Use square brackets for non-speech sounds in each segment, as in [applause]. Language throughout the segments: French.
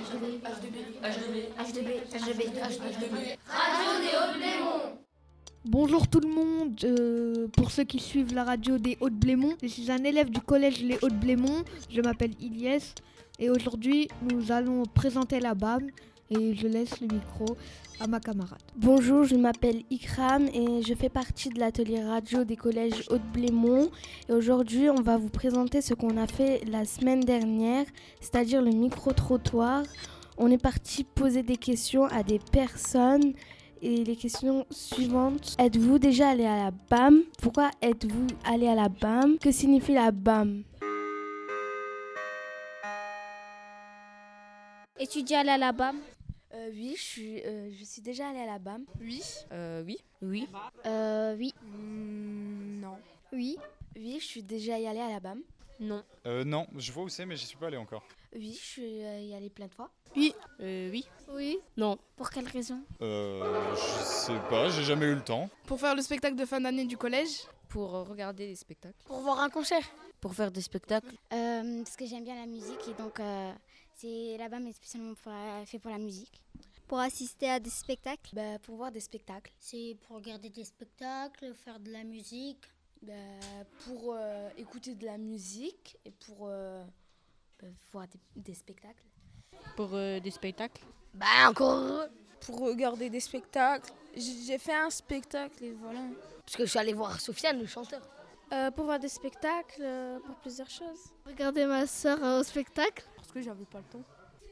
H2B, H2B, H2B, H2B, H2B, H2B. Radio Néo-Blémont Bonjour tout le monde, euh, pour ceux qui suivent la radio des Hauts-de-Blémont, je suis un élève du collège Les Hauts-de-Blémont, je m'appelle Iliès et aujourd'hui nous allons présenter la BAM et je laisse le micro à ma camarade. Bonjour, je m'appelle Ikram et je fais partie de l'atelier radio des collèges Haute-Blémont. Et aujourd'hui, on va vous présenter ce qu'on a fait la semaine dernière, c'est-à-dire le micro-trottoir. On est parti poser des questions à des personnes. Et les questions suivantes. Êtes-vous déjà allé à la BAM Pourquoi êtes-vous allé à la BAM Que signifie la BAM Et tu dis aller à la BAM Euh, Oui, je suis, je suis déjà allé à la BAM. Oui. Euh, oui. Oui. Euh, oui. non. Oui. Oui, je suis déjà allé à la BAM. Non. Euh, non, je vois où c'est, mais j'y suis pas allé encore. Oui, je suis y allée plein de fois. Euh, oui. Oui. Non. Pour quelle raison Euh, je sais pas, j'ai jamais eu le temps. Pour faire le spectacle de fin d'année du collège Pour euh, regarder des spectacles. Pour voir un concert. Pour faire des spectacles. Euh, parce que j'aime bien la musique et donc euh, c'est là-bas, mais spécialement fait pour la musique. Pour assister à des spectacles. Bah, pour voir des spectacles. C'est pour regarder des spectacles, faire de la musique. Bah, pour euh, écouter de la musique et pour euh, bah, voir des, des spectacles. Pour euh, des spectacles. Bah encore Pour regarder des spectacles. J- J'ai fait un spectacle et voilà. Parce que je suis allé voir Sofiane, le chanteur. Euh, pour voir des spectacles, pour plusieurs choses. Regardez ma soeur au spectacle. Parce que j'avais pas le temps.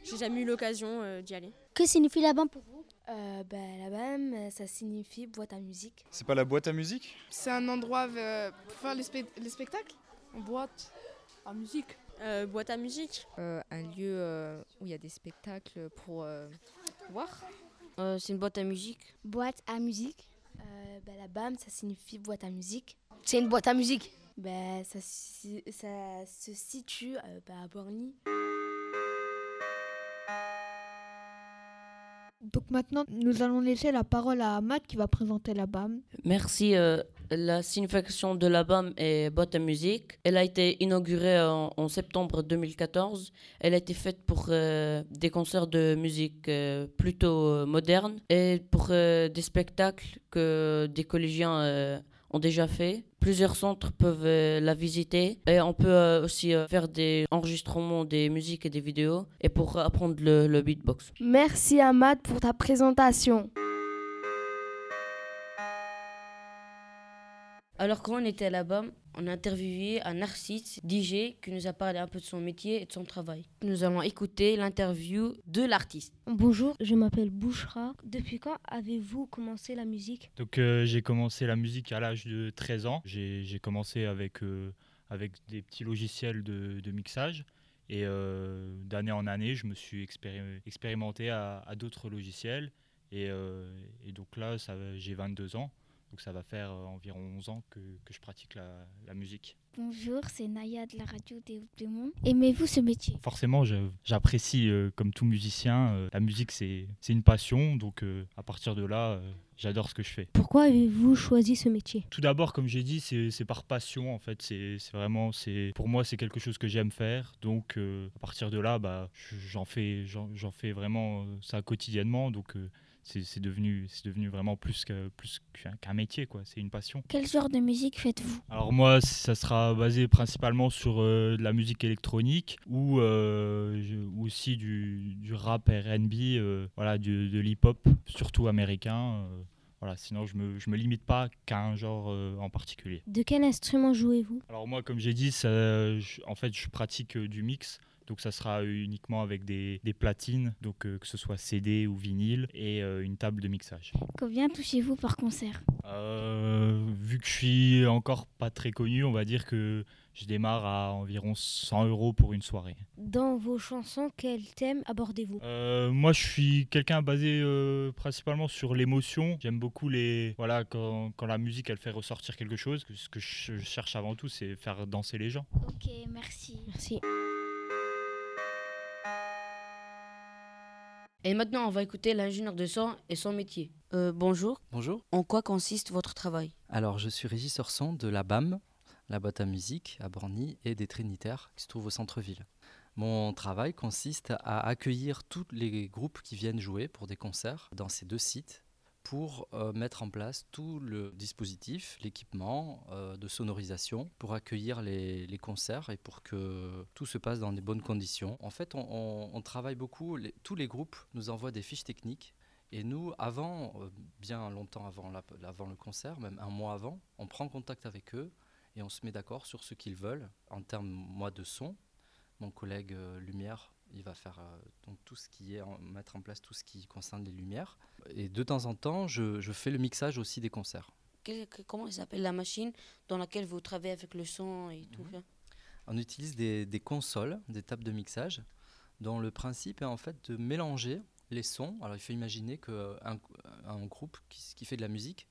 J'ai jamais eu l'occasion d'y aller. Que signifie la BAM pour vous bah, la BAM, ça signifie boîte à musique. C'est pas la boîte à musique C'est un endroit euh, pour faire les, spe- les spectacles En boîte, à musique. boîte à musique. un lieu euh, où il y a des spectacles pour euh, voir. Euh, c'est une boîte à musique. Boîte à musique. Euh, bah, la BAM, ça signifie boîte à musique. C'est une boîte à musique. Bah, ça, si- ça se situe euh, bah, à Borny. Donc maintenant nous allons laisser la parole à Ahmad qui va présenter la BAM. Merci. euh, la signification de la BAM est boîte à musique. Elle a été inaugurée en, en septembre 2014. Elle a été faite pour euh, des concerts de musique euh, plutôt euh, moderne et pour euh, des spectacles que des collégiens euh, ont déjà fait. Plusieurs centres peuvent euh, la visiter et on peut euh, aussi euh, faire des enregistrements des musiques et des vidéos et pour apprendre le- le beatbox. Merci Ahmad pour ta présentation. Alors quand on était là-bas, on a interviewé un artiste, DJ, qui nous a parlé un peu de son métier et de son travail. Nous allons écouter l'interview de l'artiste. Bonjour, je m'appelle Bouchra. Depuis quand avez-vous commencé la musique Donc euh, j'ai commencé la musique à l'âge de 13 ans. J'ai j'ai commencé avec, euh, avec des petits logiciels de, de mixage. Et euh, d'année en année, je me suis expéri- expérimenté à, à d'autres logiciels. Et, euh, et donc là, ça va- j'ai 22 ans. Donc ça va faire euh, environ 11 ans que, que je pratique la, la musique. Bonjour, c'est Naya de la radio des Hauts-Blémont. Aimez-vous ce métier Forcément, je- j'apprécie, euh, comme tout musicien, euh, la musique, c'est c'est une passion. Donc euh, à partir de là, euh, j'adore ce que je fais. Pourquoi avez-vous choisi ce métier Tout d'abord, comme j'ai dit, c'est c'est par passion en fait. C'est c'est vraiment, c'est pour moi, c'est quelque chose que j'aime faire. Donc euh, à partir de là, bah, je- j'en fais, j'en j'en fais vraiment euh, ça quotidiennement. Donc euh, c'est c'est devenu, c'est devenu vraiment plus que- plus qu'un qu'un métier quoi. C'est une passion. Quel genre de musique faites-vous Alors moi, ça sera basé principalement sur euh, de la musique électronique ou euh, je- ou aussi du, du rap R&B, euh, voilà, du- de l'hip-hop, surtout américain. euh, voilà, sinon je me, je me limite pas qu'à un genre euh, en particulier. De quel instrument jouez-vous Alors moi, comme j'ai dit, ça, je- en fait, je pratique euh, du mix. Donc ça sera euh, uniquement avec des, des platines, donc euh, que ce soit CD ou vinyle, et euh, une table de mixage. Combien touchez-vous par concert Euh, vu que je suis encore pas très connu, on va dire que je démarre à environ 100 euros pour une soirée. Dans vos chansons, quel thème abordez-vous Euh, moi, je suis quelqu'un basé euh, principalement sur l'émotion. J'aime beaucoup les voilà quand, quand la musique elle fait ressortir quelque chose. Ce que je cherche avant tout, c'est faire danser les gens. Ok, merci. Merci. Et maintenant, on va écouter l'ingénieur de son et son métier. bonjour. Bonjour. En quoi consiste votre travail Alors, je suis régisseur son de la BAM, la boîte à musique à Borny et des Trinitaires qui se trouvent au centre-ville. Mon travail consiste à accueillir tous les groupes qui viennent jouer pour des concerts dans ces deux sites pour euh, mettre en place tout le dispositif, l'équipement euh, de sonorisation pour accueillir les, les concerts et pour que tout se passe dans des bonnes conditions. En fait, on, on- on travaille beaucoup, les- tous les groupes nous envoient des fiches techniques et nous, avant, euh, bien longtemps avant, la- avant le concert, même un mois avant, on prend contact avec eux et on se met d'accord sur ce qu'ils veulent en termes, moi, de son. Mon collègue euh, Lumière, il va faire euh, donc tout ce qui est en- mettre en place tout ce qui concerne les lumières. Et de temps en temps, je, je fais le mixage aussi des concerts. Quel- que- comment elle s'appelle la machine dans laquelle vous travaillez avec le son et Mhm. tout ça On utilise des, des consoles, des tables de mixage, dont le principe est en fait de mélanger les sons. Alors il faut imaginer qu'un un groupe qui, s- qui fait de la musique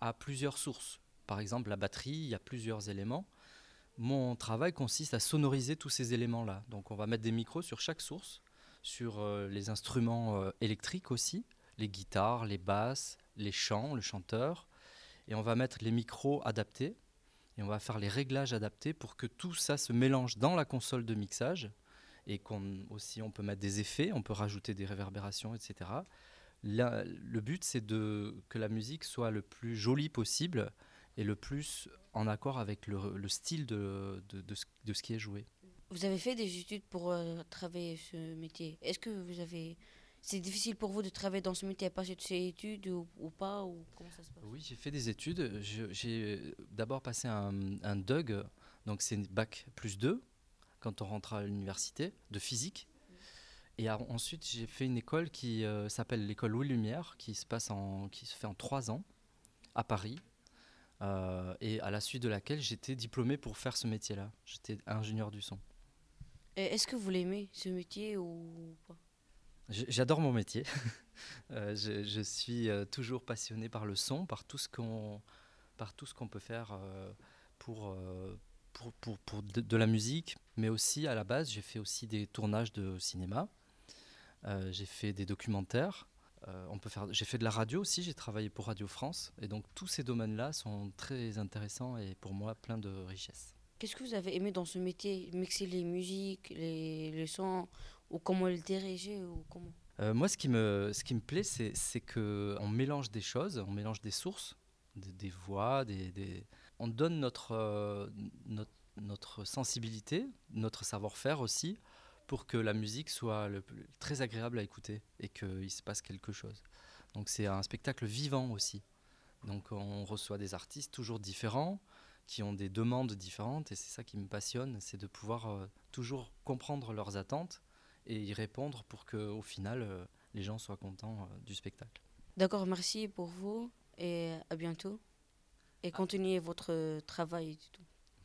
a plusieurs sources. Par exemple, la batterie, il y a plusieurs éléments. Mon travail consiste à sonoriser tous ces éléments-là. Donc on va mettre des micros sur chaque source, sur euh, les instruments euh, électriques aussi, les guitares, les basses, les chants, le chanteur. Et on va mettre les micros adaptés et on va faire les réglages adaptés pour que tout ça se mélange dans la console de mixage et qu'on aussi on peut mettre des effets, on peut rajouter des réverbérations, etc. Là, le but c'est de que la musique soit le plus jolie possible et le plus en accord avec le, le style de, de- de ce- de ce qui est joué. Vous avez fait des études pour euh, travailler ce métier. Est-ce que vous avez. C'est difficile pour vous de travailler dans ce métier à passer de ces études ou, ou pas ou comment ça se passe Oui, j'ai fait des études. Je- J'ai d'abord passé un, un DUG, donc c'est une bac plus 2, quand on rentre à l'université, de physique. Et a- ensuite, j'ai fait une école qui euh, s'appelle l'école Louis Lumière, qui se, passe en, qui se fait en trois ans, à Paris, euh, et à la suite de laquelle j'étais diplômé pour faire ce métier-là. J'étais ingénieur du son. Et Est-ce que vous l'aimez ce métier ou pas J- J'adore mon métier. Euh, je, je suis euh, toujours passionné par le son, par tout ce qu'on, par tout ce qu'on peut faire euh, pour, euh, pour, pour, pour de, de la musique, mais aussi à la base, j'ai fait aussi des tournages de cinéma. Euh, j'ai fait des documentaires. Euh, on peut faire, j'ai fait de la radio aussi. J'ai travaillé pour Radio France, et donc tous ces domaines-là sont très intéressants et pour moi plein de richesses. Qu'est-ce que vous avez aimé dans ce métier Mixer les musiques, les, les sons ou comment les diriger ou comment Euh, moi, ce qui me, ce qui me plaît, c'est, c'est que on mélange des choses, on mélange des sources, des, des voix, des, des- on donne notre, euh, notre, notre sensibilité, notre savoir-faire aussi, pour que la musique soit le plus- très agréable à écouter et qu'il se passe quelque chose. Donc, c'est un spectacle vivant aussi. Donc, on reçoit des artistes toujours différents, qui ont des demandes différentes, et c'est ça qui me passionne, c'est de pouvoir euh, toujours comprendre leurs attentes et y répondre pour que au final euh, les gens soient contents euh, du spectacle. D'accord, merci pour vous et à bientôt. Et continuez votre euh, travail et tout.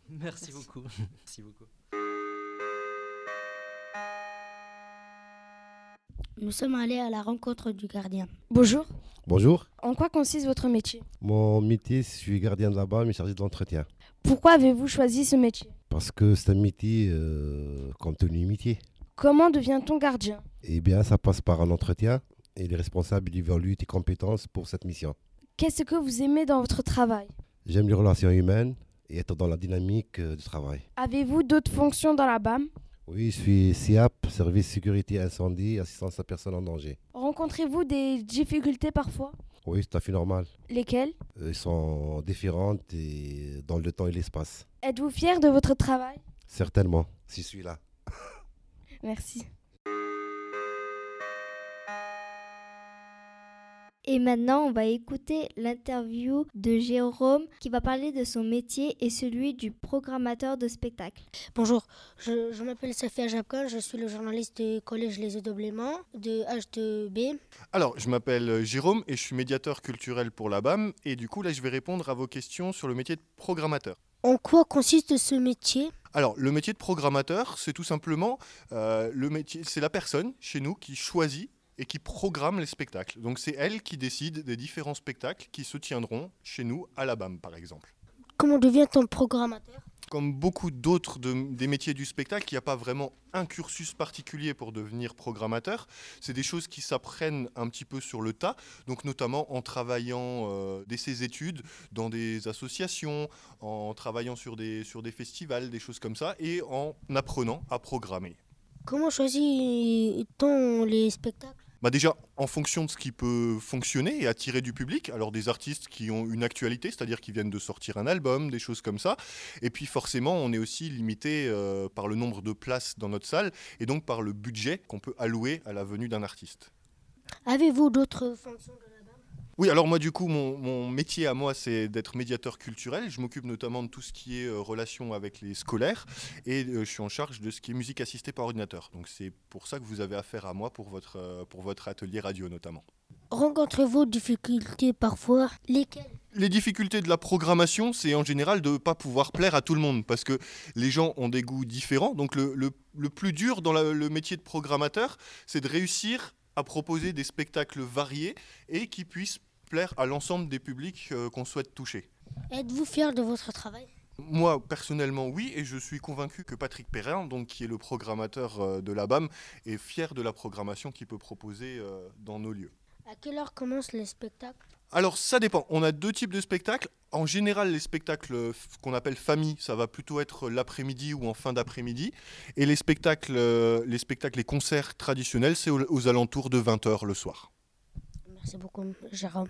Merci, beaucoup. [laughs] Merci beaucoup. Nous sommes allés à la rencontre du gardien. Bonjour. Bonjour, En quoi consiste votre métier mon métier, je suis gardien de la BAM et chargé de l'entretien. Pourquoi avez-vous choisi ce métier Parce que c'est un métier, euh, compte tenu métier. Comment devient-on gardien Eh bien, ça passe par un entretien et les responsables ils évaluent tes compétences pour cette mission. Qu'est-ce que vous aimez dans votre travail J'aime les relations humaines et être dans la dynamique euh, du travail. Avez-vous d'autres fonctions dans la BAM Oui, je suis SIAP, service sécurité incendie, assistance à personnes en danger. Rencontrez-vous des difficultés parfois Oui, c'est tout à fait normal. Lesquelles Elles sont différentes et dans le temps et l'espace. Êtes-vous fier de votre travail Certainement, si je suis là. Merci. Et maintenant, on va écouter l'interview de Jérôme qui va parler de son métier et celui du programmateur de spectacle. Bonjour, je, je m'appelle Safia Jabka, je suis le journaliste du collège Les Eaux-de-Blément de H2B. Alors, je m'appelle euh, Jérôme et je suis médiateur culturel pour la BAM. Et du coup, là, je vais répondre à vos questions sur le métier de programmateur. En quoi consiste ce métier Alors, le métier de programmateur, c'est tout simplement euh, le métier, c'est la personne chez nous qui choisit et qui programme les spectacles. Donc, c'est elle qui décide des différents spectacles qui se tiendront chez nous à la BAM, par exemple. Comment devient-on programmateur Comme beaucoup d'autres de- des métiers du spectacle, il n'y a pas vraiment un cursus particulier pour devenir programmateur. C'est des choses qui s'apprennent un petit peu sur le tas, donc notamment en travaillant euh, dès ses études dans des associations, en travaillant sur des, sur des festivals, des choses comme ça, et en apprenant à programmer. Comment choisit-on les spectacles Bah déjà, en fonction de ce qui peut fonctionner et attirer du public, alors des artistes qui ont une actualité, c'est-à-dire qui viennent de sortir un album, des choses comme ça, et puis forcément, on est aussi limité euh, par le nombre de places dans notre salle, et donc par le budget qu'on peut allouer à la venue d'un artiste. Avez-vous d'autres fonctions Oui, alors moi du coup, mon, mon métier à moi, c'est d'être médiateur culturel. Je m'occupe notamment de tout ce qui est euh, relation avec les scolaires et euh, je suis en charge de ce qui est musique assistée par ordinateur. Donc c'est pour ça que vous avez affaire à moi pour votre, euh, pour votre atelier radio notamment. Rencontrez-vous des difficultés parfois Lesquelles Les difficultés de la programmation, c'est en général de ne pas pouvoir plaire à tout le monde parce que les gens ont des goûts différents. Donc le, le- le plus dur dans la- le métier de programmateur, c'est de réussir à proposer des spectacles variés et qui puissent plaire à l'ensemble des publics euh, qu'on souhaite toucher. Êtes-vous fier de votre travail Moi, personnellement, oui, et je suis convaincu que Patrick Perrin, donc, qui est le programmateur euh, de la BAM, est fier de la programmation qu'il peut proposer euh, dans nos lieux. À quelle heure commencent les spectacles Alors ça dépend. On a deux types de spectacles. En général, les spectacles euh, f- qu'on appelle famille, ça va plutôt être euh, l'après-midi ou en fin d'après-midi. Et les spectacles, euh, les spectacles, les concerts traditionnels, c'est aux, aux alentours de 20h le soir. Merci beaucoup, Jérôme.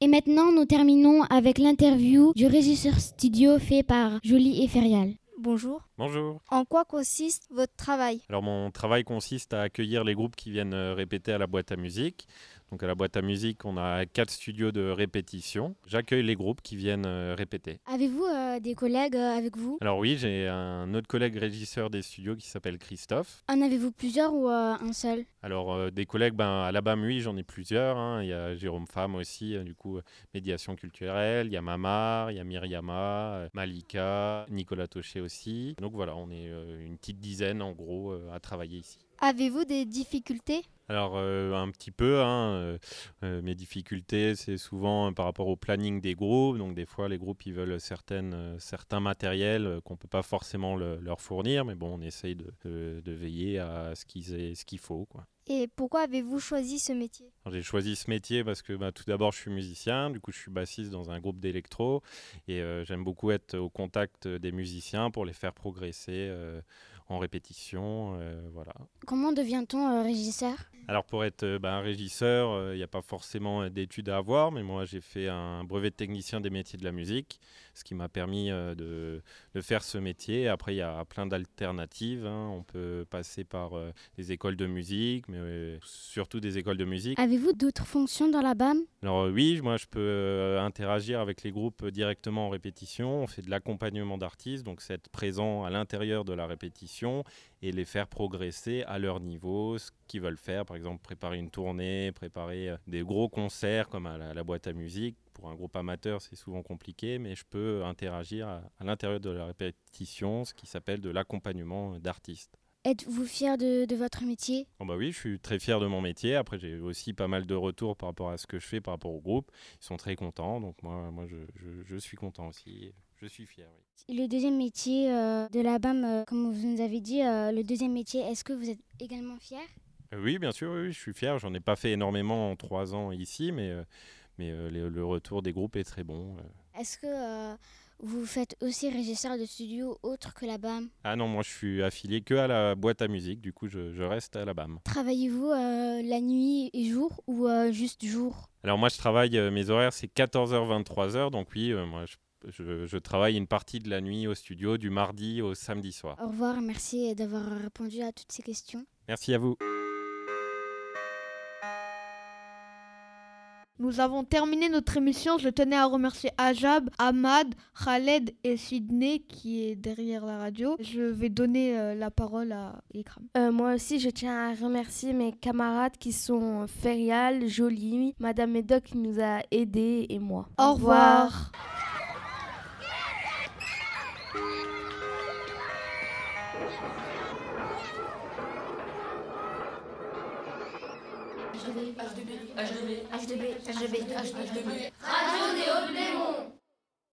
Et maintenant, nous terminons avec l'interview du régisseur studio fait par Jolie et Ferial. Bonjour. Bonjour. En quoi consiste votre travail Alors mon travail consiste à accueillir les groupes qui viennent euh, répéter à la boîte à musique. Donc à la boîte à musique, on a quatre studios de répétition. J'accueille les groupes qui viennent euh, répéter. Avez-vous euh, des collègues euh, avec vous Alors oui, j'ai un autre collègue régisseur des studios qui s'appelle Christophe. En avez-vous plusieurs ou euh, un seul Alors euh, des collègues, ben, à la BAM, oui, j'en ai plusieurs. hein. Il y a Jérôme Femme aussi, euh, du coup, euh, médiation culturelle. Il y a Mamar, il y a Myriama, euh, Malika, Nicolas Tochet aussi. Donc voilà, on est euh, une petite dizaine en gros euh, à travailler ici. Avez-vous des difficultés Alors euh, un petit peu, hein, euh, euh, mes difficultés c'est souvent euh, par rapport au planning des groupes, donc des fois les groupes ils veulent certaines, euh, certains matériels euh, qu'on ne peut pas forcément le- leur fournir, mais bon on essaye de, de- de veiller à ce qu'ils aient ce qu'il faut. Quoi. Et pourquoi avez-vous choisi ce métier Alors, J'ai choisi ce métier parce que bah, tout d'abord je suis musicien, du coup je suis bassiste dans un groupe d'électro et euh, j'aime beaucoup être au contact des musiciens pour les faire progresser euh, en répétition, euh, voilà. Comment devient-on euh, régisseur Alors pour être euh, ben, un régisseur, il n'y a pas forcément euh, d'études à avoir, mais moi j'ai fait un brevet de technicien des métiers de la musique, ce qui m'a permis euh, de, de faire ce métier. Après, il y a plein d'alternatives. hein. On peut passer par euh, des écoles de musique, mais euh, surtout des écoles de musique. Avez-vous d'autres fonctions dans la BAM Alors euh, oui, moi je peux euh, interagir avec les groupes euh, directement en répétition. On fait de l'accompagnement d'artistes, donc c'est être présent à l'intérieur de la répétition et les faire progresser à leur niveau, ce qu'ils veulent faire. Par exemple, préparer une tournée, préparer euh, des gros concerts comme à la, la boîte à musique. Pour un groupe amateur, c'est souvent compliqué, mais je peux euh, interagir à, à l'intérieur de la répétition, ce qui s'appelle de l'accompagnement euh, d'artistes. Êtes-vous fier de, de votre métier Oh bah oui, je suis très fier de mon métier. Après, j'ai aussi pas mal de retours par rapport à ce que je fais, par rapport au groupe. Ils sont très contents, donc moi, moi je, je- je suis content aussi. Je suis fier. oui. Le deuxième métier euh, de la BAM, euh, comme vous nous avez dit, euh, le deuxième métier, est-ce que vous êtes également fier Euh, Oui, bien sûr, oui, oui, je suis fier. J'en ai pas fait énormément en trois ans ici, mais, euh, mais euh, le, le retour des groupes est très bon. euh. Est-ce que euh, vous faites aussi régisseur de studio autre que la BAM Ah non, moi je suis affilié que à la boîte à musique, du coup je, je reste à la BAM. Travaillez-vous euh, la nuit et jour ou euh, juste jour Alors moi je travaille, euh, mes horaires c'est 14h, 23h, donc oui, euh, moi je, je- je travaille une partie de la nuit au studio du mardi au samedi soir. Au revoir, merci d'avoir répondu à toutes ces questions. Merci à vous. Nous avons terminé notre émission. Je tenais à remercier Ajab, Ahmad, Khaled et Sydney qui est derrière la radio. Je vais donner euh, la parole à Ikram. Euh, moi aussi, je tiens à remercier mes camarades qui sont euh, Ferial, Jolie, Madame Médoc qui nous a aidés et moi. Au revoir. H2B, H2B, H2B, H2B, H2B, H2B, H2B.